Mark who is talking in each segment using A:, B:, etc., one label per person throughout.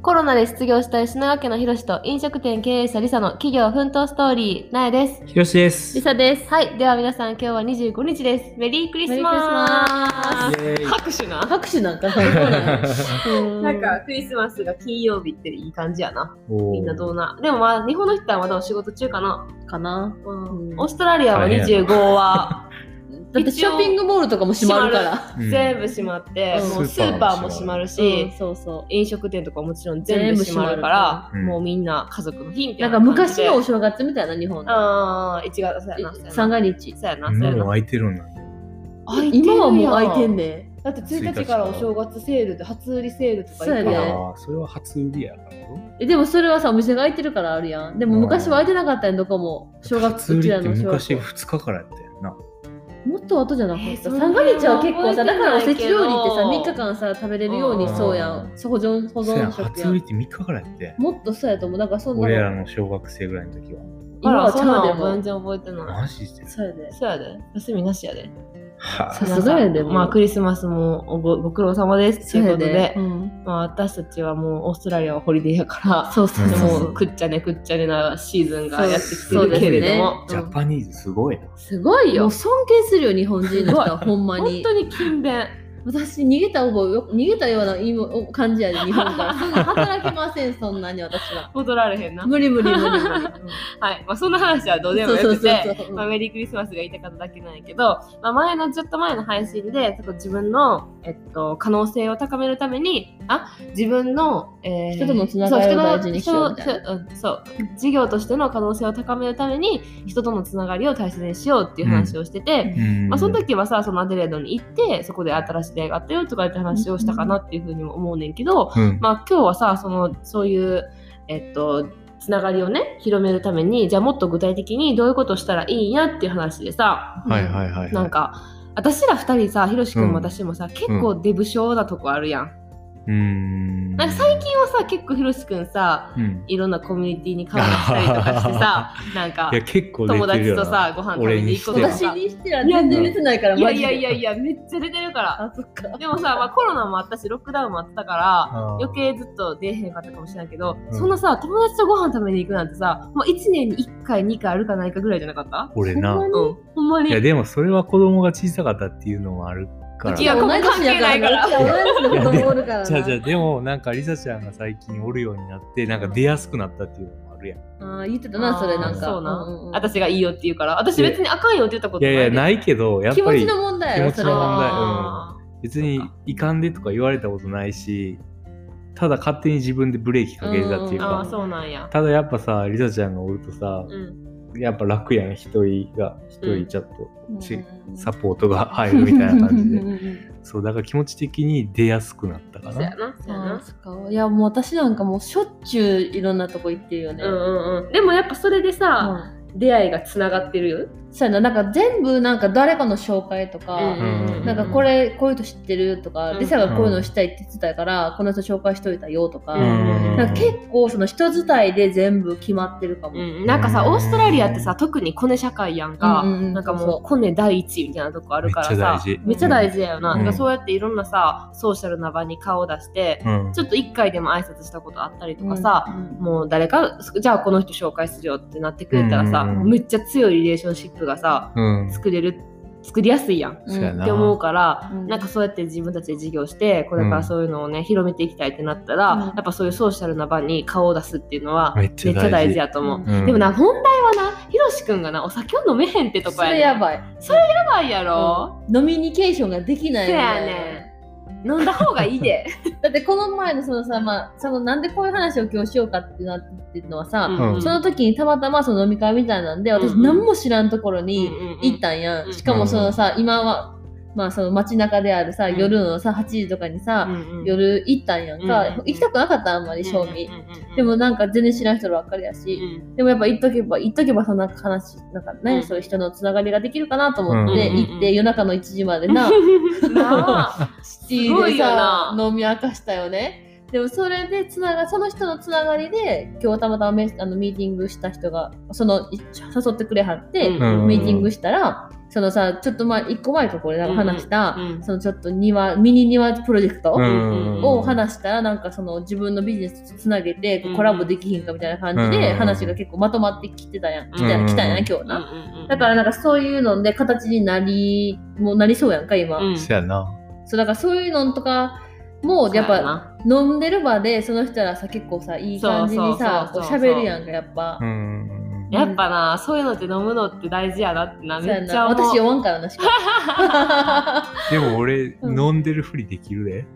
A: コロナで失業した吉永家のひろしと飲食店経営者リサの企業奮闘ストーリー、なえです。
B: ひろしです。
C: リサです。
A: はい、では皆さん今日は25日です。メリークリスマス
C: メリークリスマス
B: イエーイ
A: 拍手な。
C: 拍手なんかさ、怒らないうん
A: なんかクリスマスが金曜日っていい感じやな。
B: おー
A: みんなどうな。でもまあ日本の人はまだお仕事中かな。
C: かな。
A: うん
C: うん
A: オーストラリアは
B: 大変や
A: 25は
C: だって
A: 一
C: シ
A: 応
C: ョッピングモールとかも閉まるから。
B: うん
A: 全部閉まって、
C: うん
A: もうスーパーも閉まる
C: うん
A: し、
C: そうそ
A: 飲食店とかもちろん全部閉まるから、
B: 全部閉まる
A: もうみんな家族の日み
C: う。
A: た
C: ないん
A: な
C: か
A: 感じで。
C: 昔のお正月みたいな、日本の。
A: ああ、1月そうやな。そうやな
C: 三が日。
A: そうやな、そうや
B: 今
A: な
B: も。開いてるんだ。
A: 開いてるや
C: 今
A: ん
C: はもう開いてんね
A: だって1日からお正月セールで初売りセールとか行
C: そうや
A: や
C: ね
A: ん
B: ああ、それは初売りやからよ。
C: えでもそれはさ、お店が開いてるからあるやん。でも昔は開いてなかったやん、どこも。正月、
B: 初売
C: うち
B: りっ
C: ら
B: て
C: の正
B: 昔
C: 月。
B: 2日からやったよな。
C: もっと後じゃなかっ
A: えー
C: た。
A: それ
C: 三が日は結構
A: 覚
C: さ、
A: えて
C: だか
A: ない
C: らおせち料
A: け
C: 理ってさ、
A: ど
C: 3日間さ、食べれるように
A: うん
C: そうやん。保存、保
B: そうや
C: 存
B: ん
C: 食
B: 初
C: や
B: 売り
C: ん
B: っ。て3日からやって。
C: もっとそうやと思う。なんかそんな
B: 俺ら
C: の、
B: の小学生ぐらいの時は。
A: あ
C: 今
A: ら、
C: は
A: そ
C: ち
A: ん
C: ゃう
A: な
C: で
A: ん全
C: も。
A: 然覚えてない。
B: マジで。
C: そうやで。
A: そうやで。休みなしやで。
B: は
C: さすがや
A: 皆さ
C: で
A: ん
C: もう
A: まあ、クリスマスもおごご苦労様ですということで、
C: うん
A: まあ、私たちはもうオーストラリアはホリデーやから、
C: そうそうそう
A: も
C: そう
A: うくっちゃねくっちゃねなシーズンがやってきて
B: そう
A: る
B: です
A: け
B: ね
A: れども、
B: あジャパニーズすごいな。
C: すごいよ。もう尊敬するよ、日 本人の人
A: すご
C: は、ほんま
A: 本
C: に
A: 当。に勤勉。
C: 私、逃げた覚えよ、逃げたような意味を感じや で、日本から。そんな働きません、そんなに私は。
A: 戻られへんな。
C: 無理無理無理無理。
A: はい。まあ、そんな話はどうでも
C: そ
A: よ
C: うそう
A: くて、
C: そうそう。
A: まあ、メリークリスマスが言いたかっただけなんやけど、まあ、前のちょっと前の配信でちょっと自分の、えっと、可能性を高めるためにあ自分の、えー
C: 人とのつながりを大事にしよう
A: そ
C: みたいな
A: 人の人のそうそう事業としての可能性を高めるために人とのつながりを大切にしようっていう話をしてて、
B: うん
A: まあ、その時はさそのアデレードに行ってそこで新しい出会いがあったよとかって話をしたかなっていうふうにも思うねんけど、
B: うん
A: まあ、今日はさそのそういう、えっと、つながりをね広めるためにじゃあもっと具体的にどういうことをしたらいいんやっていう話でさ、
B: はいはいはいはい。
A: なんか私ら2人さひろしくんも
B: うん
A: 私もさ、結構デブ症なとこあるやん。
B: うん。
A: なんか最近はさ結構ひろしくんさ
B: うん。
A: いろんなコミュニティに顔出したりとかしてさなんか
B: いや、結構
A: 友
B: 出てる
A: 達
B: よ
A: と
B: な
A: さご飯食べ
B: 俺
A: に
B: に
A: 行
B: し
A: くと
B: て
A: か
B: は
C: 私
A: さ。
C: にしては全然出てないから、
A: いや
C: マジ
A: い
C: で
A: やいやいやめっちゃ出てるから
C: あ、そっか。
A: でもさ、まあ、コロナもあったしロックダウンもあったから
B: あー
A: 余計ずっと出えへんかったかもしれないけど、
B: うん
A: そんなさ友達とご飯食べに行くなんてさもう1年に1回2回あるかないかぐらいじゃなかった
B: 俺な。
A: うんほんまに
B: いや、でもそれは子供が小さかったっていうのもあるから。
A: いや
C: 同い年やから。
A: 関
C: うちは同い年の子供おるからな。
B: じゃあ じゃあでもなんかリサちゃんが最近おるようになってなんか出やすくなったっていうのもあるやん。
C: あー言ってたな、それなんか。
A: そうな、
C: んんん
A: 私がいいよって言うから私別にあかんよって言ったこと
B: い
A: ない
B: やいやないけ
A: ど
B: どやっ
C: 気
B: ぱ
C: 持ち
B: り
C: の問題やろ、
B: 気持
C: そ
B: ち
C: れ
B: の問題
C: は。
B: 別にいかんでとか言われたことないしただ勝手に自分でブレーキかけてたっていう
A: あーあ
B: か
A: ー。そうなんや
B: ただやっぱさリサちゃんがおるとさ
A: うん
B: やっぱ楽やん一人が一
A: うん
B: 人ちょっとち
C: うん
B: サポートが入るみたいな感じ
C: う
B: で
C: ん うんうん
B: そうだから気持ち的に出やすくなったか
A: そうや
B: な。
A: なそうや
C: あー
A: な
C: そっかいやもう私なんかもうしょっちゅういろんなとこ行ってるよね。
A: うんうんうんでもやっぱそれでさ、
C: う
A: 出会いがつながってるよ、
C: んそうやななんか全部なんか誰かの紹介とか、
B: うん
C: なんかこれこういう人知ってるとか、
A: うん
C: リサがこういうのしたいって言ってたから、この人紹介しといたよとか、
A: うん
C: なんか結構その人伝いで全部決まってるかも。
A: うん、なんかさ
B: うん
A: オーストラリアってさ特にコネ社会やんか、
C: うんうんうん
A: なんか
C: そう
A: も
C: そう
A: コネ第一みたいなとこあるからさ
B: めっちゃ大事
A: めっちゃ大事だよな,、
B: うん
A: なんかそうやっていろんなさソーシャルな場に顔を出して、
B: うん
A: ちょっと一回でも挨拶したことあったりとかさ、もう誰かじゃあこの人紹介するよってなってくれたらさ、
B: うんうんうん
A: めっちゃ強いリレーションシップがさ
B: うん
A: 作れる作りやすいやんっ
C: うん
B: そうやな
A: て思うから、
C: うん
A: なんかそうやって自分たちで事業してこれからそういうのをね広めていきたいってなったら、
C: うん
A: やっぱそういうソーシャルな場に顔を出すっていうのは
B: め
A: めっ
B: っち
A: ち
B: ゃ大事
A: ゃ大事やと思う。
B: うん
A: でもな、問題はな、ひろしくんがな、お酒を飲めへんってとこ
C: そ
A: や
C: れ
A: ねん。
C: やばい。
A: やばいやろ。
C: ノミニケーションができない
A: せ
C: み
A: や
C: たいな
A: ね飲んだ方がいい で。
C: だってこの前のそのさ、まあ、そのなんでこういう話を今日しようかってなってるのはさ、
B: ん
A: うん
C: その時にたまたまその飲み会みたいなんで私
A: うんうん
C: 何も知らんところに
A: うんうんうん
C: 行ったんや
A: うん
C: んしかもそのさ今はまあその街中であるさ
A: うん
C: 夜のさ8時とかに
A: う
C: さ
A: んうん
C: 夜行ったんやん
A: うんうん
C: か
A: うん
C: 行きたくなかったあんまり正
A: う
C: 味
A: んうんうんうん
C: でもなんか全然知らん人ばっかりや
A: う
C: し
A: ん
C: でもやっぱ行っとけば行っとけばそんな話なんか
A: う
C: ね
A: ん
C: そういう人のつながりができるかなと思っ
B: う
C: て
B: んうんうん
C: 行って夜中の1時ま でな
A: なあ
C: シ
A: ご
C: ー
A: い
C: で
A: よ
C: さ
A: な
C: 飲み明かしたよねでもそれでつながその人のつながりで今日たまたまメあのミーティングした人がそのい誘ってくれはって、
A: うん
B: うん
C: ミーティングしたら、そそのさちょっとまあ一個前かこれなんか話した、
A: うん
C: そのちょっと庭ミニ庭プロジェクト
B: うん
C: を話したらなんかその自分のビジネスとつなげて
A: うん
C: コラボできひんかみたいな感じ
B: う
C: で
B: ん
C: 話が結構まとまってきてたやん来たや
B: うんん
C: 来たんやな今日な。
A: うん
C: だからなんかそういうので形になりもうなりそうやんか今、
A: うん
B: そやな。
C: そうだからそういうのとかもやっ
A: そう
C: ぱ
A: な
C: 飲んでる場でその人らさ結構さいい感じにさ
A: そ
C: こ
A: う
C: う
A: そうそうそう
C: 喋るやんかやっぱ
B: う、ん。
A: やっぱなそういうのって飲むのって大事やなってな
C: そうや
A: めっ
C: ん
A: ちゃ
C: な
A: 思う
C: 私酔わんからなしかも
B: でも俺、
C: うん
B: 飲んでるふりできるで。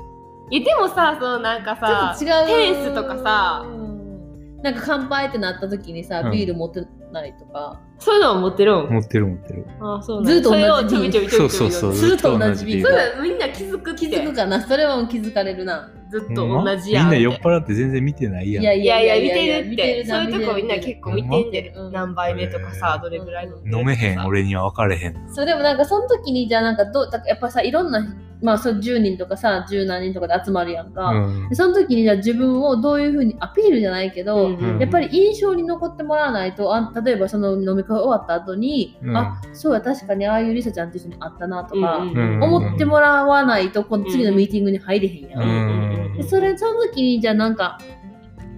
A: いやでもさそのなんか さ
C: ちょっと違う
A: テニスとかさ
C: うんなんか乾杯ってなった時にさ
B: うん
C: ビール持ってないとか、
A: そういうのを持ってるん
B: 持ってる持ってる。
A: あそうなんや
C: ずっと同じ
A: それをちょびちょびちょ
B: そう
A: びち
B: そ
A: ょび
B: うそう。
C: ずっと同じビー
A: そう
C: ル
A: だよみんな気づくって
C: 気づくかなそれはもう気づかれるな
A: ずっ
B: ほ
A: と
B: んま
A: 同じやんっ
B: み
A: て
B: んな酔っ払って全然見てないやん。
A: いやいや見てるっ
C: 見
A: て
C: てる
A: そういうとこみんな
C: 見てる
A: 結構見てんで
C: うん
A: 何杯目とかさ
B: へー
A: どれぐらい飲んでるとかさ
B: 飲めへん、俺には分かれへん。
C: そうでもなんかその時にじゃあなんかどうだからやっぱさいろんなまあそう10人とかさ10何人とかで集まるやんか、
B: うん
C: で。その時にじゃあ自分をどういうふうにアピールじゃないけど、
A: うん
C: やっぱり印象に残ってもらわないとあ例えばその飲み会終わった後に、
B: うん
C: あそうや確かにああいうリサちゃんと一緒に会ったなとか、
A: うん
B: うん
C: 思ってもらわないとこの次のミーティングに入れへんやん、
B: うん
C: でそれその時にじゃあなんか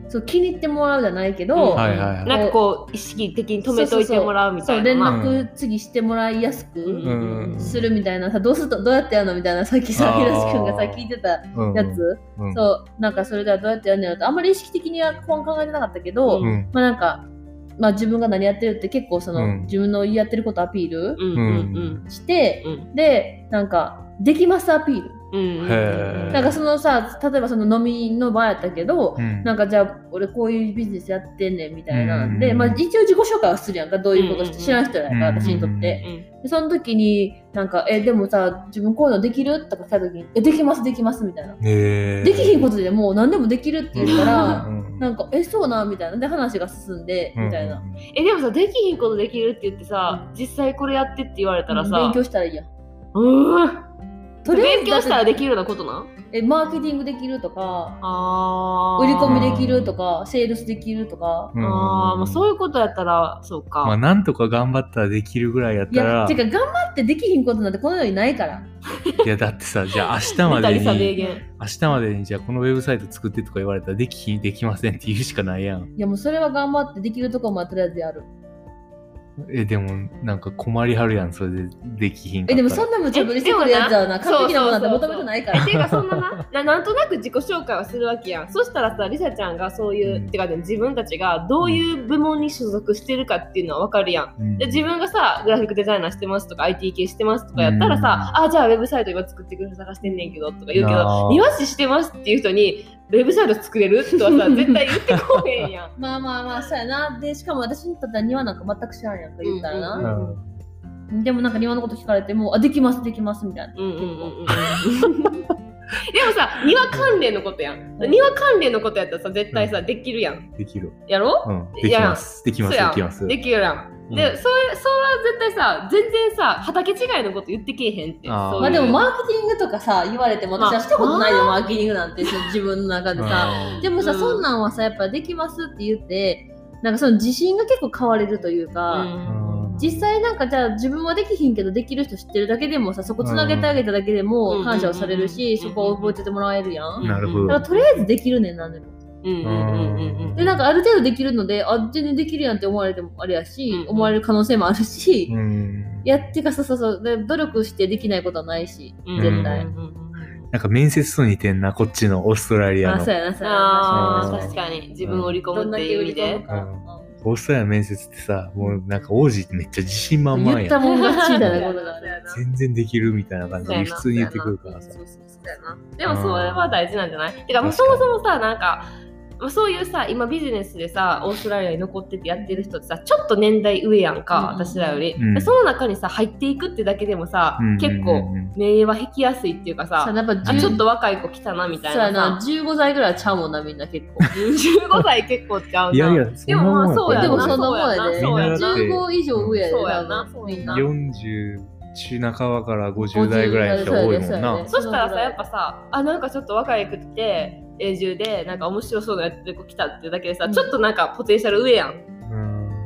C: そう気に入ってもらうじゃないけど、
A: うん
B: はいはいはい。
A: なんかこう意識的に止めといてもらうみた
C: そう
A: い
C: 連
A: な
B: う
C: 絡次してもらいやす
A: うん
C: く
B: うん
C: するみたいなさ、どうするとどうやってやるのみたいなさっきさ
B: あー
C: ひろし君がさ聞いてたや
B: うん
C: つ、
B: うん
C: そうなんかそれではどうやってやるんだろうとあんまり意識的にはこう考えてなかったけど、
A: うん
B: うん
C: まあなんか、まあ、自分が何やってるって結構その、
B: うん
C: 自分のやってることアピール
A: うんうん
C: して、
A: うん
C: でなんかできますアピー
A: うん
C: ル、
A: うん
B: へー
C: なんかそのさ例えばその飲みの場やったけど、
B: うん
C: なんかじゃあ俺こういうビジネスやってんねんみたいな
B: うん
C: んで、まあ、一応自己紹介はするやんかどういうことし
A: うん
C: て知らん人やから、
B: うん
C: 私にとって、
A: うん
C: でその時になんか「えでもさ自分こういうのできる?」とか来た時に「えできますできます」みたいな、
B: へー
C: できひんことでもう何でもできるって言うから、
B: うん
C: なんか「えそうなん?」みたいなで話が進んで、みたい
B: う
C: な、
B: ん
A: えでもさできひんことできるって言ってさ実際これやってって言われたらさ
C: 勉強したらいいやん
A: うーん
C: とりあえず
A: 勉強したらでき
C: る
A: るようなことなん
C: えマーケティングできるとか
A: あー
C: 売り込みできるとかセールスできるとか
B: うん
A: あーまあそういうことやったらそうか、
B: まあなんとか頑張ったらできるぐらいやっ
C: い
B: た
C: や
B: ら
C: てか頑張ってできひんことなんてこの世にないから
B: いやだってさじゃあ明日ま
A: 出た
B: で
A: りさ名
B: に
A: 言
B: 明日までにじゃあこのウェブサイト作ってとか言われたらできひんできませんって言うしかないやん
C: いやもうそれは頑張ってできるとこまでとりあえずやる
B: えでもなんか困りはるやんそれでできひんか
C: え
B: ったら
C: でもそんな無茶ぶりしてくるやつはな
A: えでもな
C: 完璧なものなんて
A: そうそうそ
C: 求
A: う
C: めてないか
A: え
C: ら
A: ていうかそんなな ななんとなく自己紹介はするわけやんそしたらさりさちゃんがそういう、
B: うん
A: てかね自分たちがどういう部門に所属してるかっていうのはわかるやん
B: うん
A: で自分がさグラフィックデザイナーしてますとか IT 系してますとかやったらさ、あじゃあウェブサイト今作ってくれる探してんねんけどとか言うけ
B: あ
A: ど
B: ー
A: 庭師してますっていう人にウェブサイト作れるとは さ絶対言ってこうへんやん。
C: まあまあまあそうやなでしかも私にとっては庭なんか全く知らんやんか言ったら
A: う
C: な、
B: うん
C: でもなんか庭のこと聞かれてもあできますできますみたいな
A: うんうんうんうん、でもさ庭関連のことやん、
C: うん
A: 庭関連のことやったらさ絶対さ、できるやん
B: できる
A: やろ
B: うん
A: い
B: でき
A: や
B: ますできます
A: そうやん
B: できます
A: できるやん、
B: うん
A: でそれそれは絶対さ全然さ畑違いのこと言ってけえへんって
B: あー
A: そういう
C: まあでもマーケティングとかさ言われても私はしたことないよ、マーケティングなんてその自分の中でさ、
B: うん
C: でもさ、
A: うん
C: そんなんはさやっぱできますって言ってなんかその自信が結構変われるという
A: う
C: か、
A: ん
B: うん
C: 実際なんかじゃあ自分はできひんけどできる人知ってるだけでもさそこつなげてあげただけで
A: うん
C: も感謝をされる
A: うん
C: しそこを覚えててもらえるやん
B: なるほど
C: だからとりあえずできるねんなんでも
A: うんうんうんうんうん
C: でなんかある程度できるのであ全然できるやんって思われてもあれやし、
A: うん
C: 思われる可能性もあるし、
B: うん
C: いやってかそうそうそうで努力してできないことはないし
A: うん
B: 絶
C: 対
A: うんうんうんうん
B: なんか面接と似てんなこっちのオーストラリア
C: あ
B: の
C: そうやなそうやな
A: あー
C: 確か
A: 確
C: に
A: かに自分を売り込
C: ど
A: む
C: ん
A: っ
C: だ
A: て
C: け
A: いう
C: 売
A: 意味
C: り
A: で
C: 込むか、
B: オーストラリアの面接ってさもうなんか王子ってめっちゃ自信満々や
C: 言った
B: ん
C: もん勝ちみたいなことがある
B: 全然できるみたいな感じで普通に言ってくるからさ
A: そうそうそうやなでもそれは大事なんじゃないてかもうそもそもさなんかまあそういうさ今ビジネスでさオーストラリアに残っててやってる人ってさちょっと年代上やんか、
C: うん
A: 私らより、
B: うん
A: でその中にさ入っていくってだけでもさ、
B: うん
A: 結
B: う
A: 構
B: んうん
A: 名は引きやすいっていうか
C: さ
A: さ、
C: やっぱ
A: あ
C: 10
A: ちょっと若い子来たなみたい
C: そうや
A: な
C: な
A: さ
C: 15歳ぐらいはちゃうもんなみんな結構
A: 15歳結構ちゃうない
B: やいやそ
A: で
B: んな
A: もま
B: も
A: あそ
B: ん
A: うやな
B: や
C: でもそんなもんやで
A: そうやな
B: みんなだって
C: 15以上上やで
A: そうやな
C: 多分みんな
B: 40中半ばから50代ぐらいの人多いもん
C: そうやねそうや
B: な
C: ね
A: そしたらさやっぱさあなんかちょっと若い子来て永住でなんか面白そうなやってる子来たっていうだけでさ、
C: うん
A: ちょっとなんかポテンシャル上やん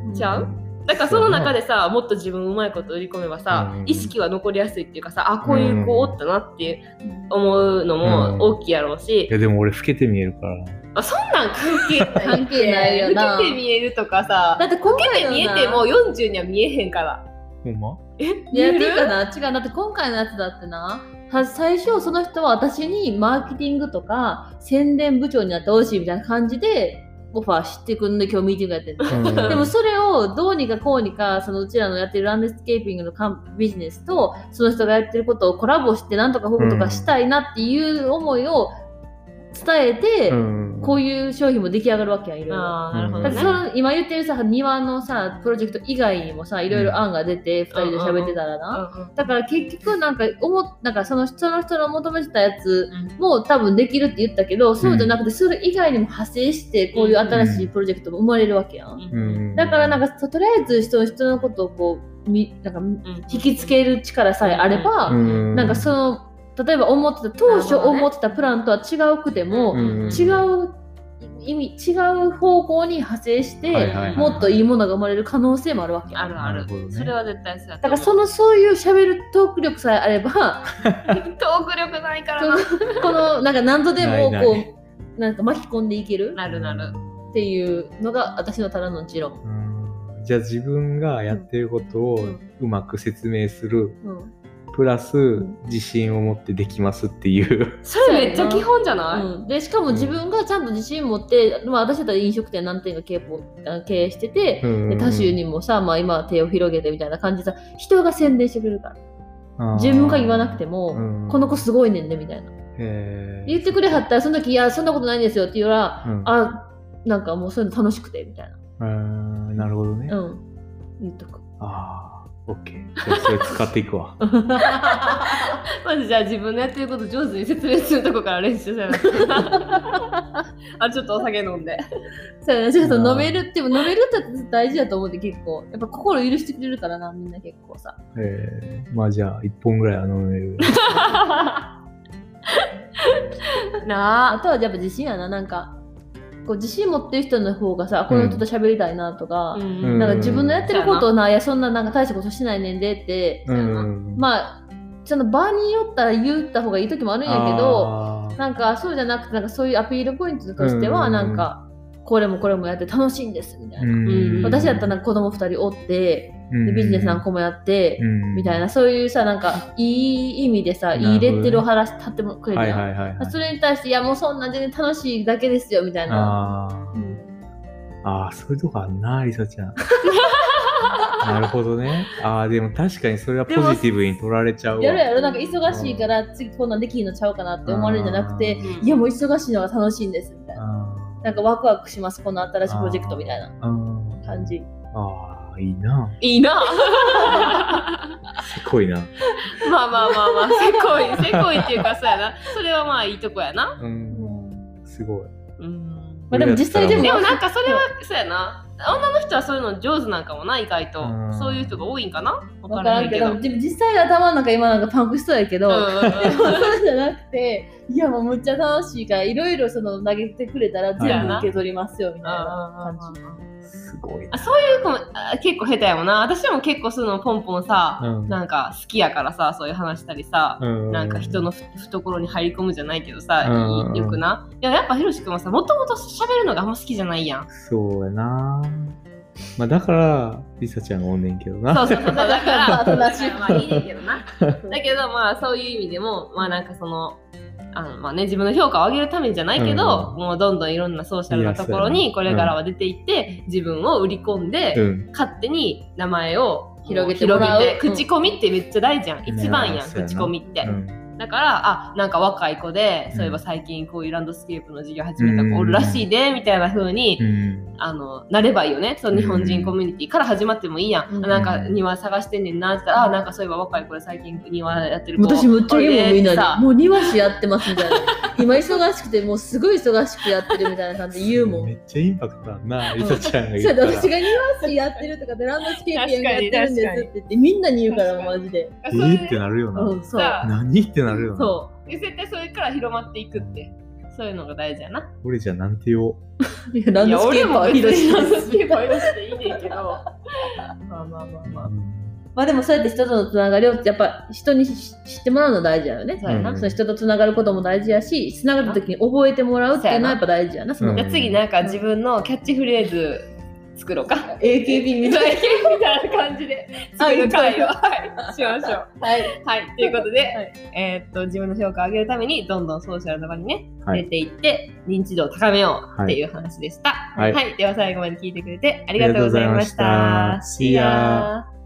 B: うん
A: ちゃうだからその中でさもっと自分うまいこと売り込めばさ、
B: うん
A: 意識は残りやすいっていうかさあこういう子おったなって思うの
B: うん
A: も大きいやろうし
B: い、やでも俺老けて見えるから
A: あそんなん関係ない
C: 関係ないよな
A: 老けて見えるとかさ
C: だって今
A: 老け
C: 回
A: て
C: の
A: 見え
C: な
A: ても40には見えへんから
B: ほんま
A: え
C: い
A: 見え
C: や、ていうか
A: る
C: な、違う。だって今回のやつだってな、は最初その人は私にマーケティングとか宣伝部長になってほしいみたいな感じでオファーしてくんで今日ミーティングやってる。 でもそれをどうにかこうにか、そのうちらのやってるランドスケーピングのカンビジネスと、その人がやってることをコラボしてなんとか保護とかしたいなっていう思いを伝えて、
B: うん
C: こういう商品も出来上がるわけやん、いろいろ。
A: あーなるほど
C: だって
A: ね
C: その今言ってるさ庭のさプロジェクト以外にもさいろいろ案が出て、二人で喋ってたらな、だから結局なんか思っなんかその人の人の求めてたやつも多分できるって言ったけど、そうじゃなくてそれ以外にも派生してこういう新しいプロジェクトも生まれるわけやん、
A: うんうんうん
B: うん
C: だからなんかととりあえず人の人のことをこうみなんか
A: うん
C: 引きつける力さえあれば、
B: うん
C: なんかその例えば思ってた当初
A: なるほどね
C: 思ってたプランとは違うくても、
B: うん
C: 違う意味違う方向に派生して、
B: はいはいはい
C: もっといいものが生まれる可能性もあるわけ
A: あるあ
B: な
A: る
B: るほどね
A: それは絶対そうだ
C: だから そのそういう喋るトーク力さえあれ ば
A: トーク力ないからな
C: このなんか何度でもこう
B: ないない
C: なんか巻き込んでいける
A: なるなる
C: っていうのが私のただの持論、
B: うんじゃあ自分がやってることをうまく説明する
C: うん
B: プラス
C: ん
B: 自信を持ってできますって いう
A: それめっちゃ基本じゃない、
C: うんでしかも自分がちゃんと自信持って、まあ、私だったら飲食店何店か経営あ経営してて、で他州にもさ、まあ、今は手を広げてみたいな感じでさ人が宣伝してくれるから自分が言わなくて
B: も
C: も、この子すごいねんねみたいな。言ってくれはったらその時「いやそんなことないんですよ」って言うら、
B: うん
C: あなんかもうそういうの楽しくてみたい
B: なるほどね
C: なうん言っとく
B: ああ OK じゃあそれ使っていく わ
A: まずじゃあ自分のやってること上手に説明するとこから練習せな あちょっとお酒飲んで
C: そうやなちょっと飲めるっても飲めるって大事だと思うんで結構やっぱ心許してくれるからなみんな結構さ
B: えーまあじゃあ1本ぐらいは飲め る
C: あ
A: なあ
C: とはやっぱ自信やななんかこう自信持ってる人の方がさこの人と喋りたいなとか、
B: うん
C: なんか自分のやってることをな、いやそんななんか大したことしてないねんでって、
B: うん
C: まあその場によったら言った方がいい時もあるんやけど
B: あー
C: なんかそうじゃなくてなんかそういうアピールポイントとしては
B: うん
C: なんかこれもこれもやって楽しいんですみたいな、
A: うん
C: 私だったらなんか子供2人おってでビジネス何個もやって、みたいなそういうさなんかいい意味でさ
B: なるほどね
C: いいレッテルを貼らせ立ってもくれる
B: はい
C: やん
B: はいはい、はい、
C: それに対していやもうそんな全然楽しいだけですよみたいな
B: あーあーそういうとこあんなりさ ちゃんなるほどねああでも確かにそれはポジティブに取られちゃうわ
C: やるやろなんか忙しいから次こんなんできんのちゃうかなって思われるんじゃなくていやもう忙しいのが楽しいんですみたいな
B: あ
C: なんかワクワクしますこの新しいプロジェクトみたいな
B: ーあ
C: 感じ
B: ーあーいいない
A: いな
B: すごいな、
A: まあまあまあまあせこいせこいっていうかそうやなそれはまあいいとこやな
B: うん、すごい
A: うん
C: まあでも実際でも
A: でもなんかそれはそうやな女の人はそういうの上手なんかもな意外と
B: うん
A: そういう人が多いんかな分か
C: わからら
A: へ
C: ん
A: ん
C: け
A: けど
C: どでも実際頭の中今なんかパンクしそうやけど、でも
A: うんうんうん
C: そうじゃなくていやもうむっちゃ楽しいからいろいろその投げてくれたら全部受け取りますよみたいな感じ。
B: すごい
A: あそういう子もあ結構下手やもんな私も結構そういうのポンポンさ、
B: うん
A: なんか好きやからさそういう話したりさ、なんか人のふ懐に入り込むじゃないけどさ、
B: うん
A: いいよくないややっぱひろしくんはさもともと喋るのがあんま好きじゃないやん
B: そうやなまあだからりさちゃんがおんねんけどな
A: そうそうそうそうだから
C: そうだし
A: まあいいねんけどなだけどまあそういう意味でもまあなんかそのあのまあね、自分の評価を上げるためじゃないけど、
B: うん
A: もうどんどんいろんなソーシャルなところ
B: い
A: に
B: や
A: こ
B: そうやな
A: れからは出ていって、自分を売り込んで、
B: うん
A: 勝手に名前を
C: 広げてもらう
A: 広げて
C: うん
A: 口コミってめっちゃ大事やん、一番やん
B: そうやな
A: 口コミって、
B: うん
A: だからあなんか若い子で、
B: うん
A: そういえば最近こういうランドスケープの授業始めた子おるらしいで、みたいな風に、
B: うん
A: あのなればいいよねその日本人コミュニティから始まってもいいやん、
C: うん
A: なんか庭探してんねんなって言ったら、あなんかそういえば若い子で最近庭やってる子
C: 私むっちゃいいもんみん
A: おるでって
C: な
A: さ
C: にもう庭師やってますみ たいな今忙しくてもうすごい忙しくやってるみたいな感じで言うも
B: め
C: ん
B: っちゃインパクトあんなりさちゃんが言
C: そうや
B: っ
C: で
B: たら
C: 私が庭師やってるとかでランドスケーピングやってるんですって言ってみんなに言うからマジで
B: えーってなるよな、
C: うんそう
A: さ
B: 何ってなるよな
C: そ
A: で絶対それから広まっていくってそういうのが大事やな。
B: 俺じゃなんてよ。
C: いや、ラン
A: い
C: ド
A: や、
C: スケ
A: 俺
C: ーパ
A: も
C: ー
A: 別
C: ひろしなんで
A: に
C: す
A: ス
C: け
A: ケ
C: ど
A: バーしていいねんけど。 まあまあまあまあ。
C: まあでもそうやって人とのつながりをやっぱ人にし知ってもらうの大事やよね。
A: そうやな。
B: うん
C: その人とつながることも大事やし、つながった時に覚えてもらうっていうのはやっぱ大事やな。その
A: じゃあ次なんか自分のキャッチフレーズ作ろうか。
C: AKB み
A: み
C: たい
A: たいみたいな感じで作る会を、はい、しましょう。
C: な。はい。
A: はい、ということで、
C: はい
A: えーっと自分の評価を上げるためにどんどんソーシャルの場にね、
B: はい
A: 出ていって認知度を高めよう
B: は
A: って
B: い。
A: いう話でした。
B: はい
A: はい、では最後まで聞いてくれてありがとうございました。
B: ありがとうございました See ya.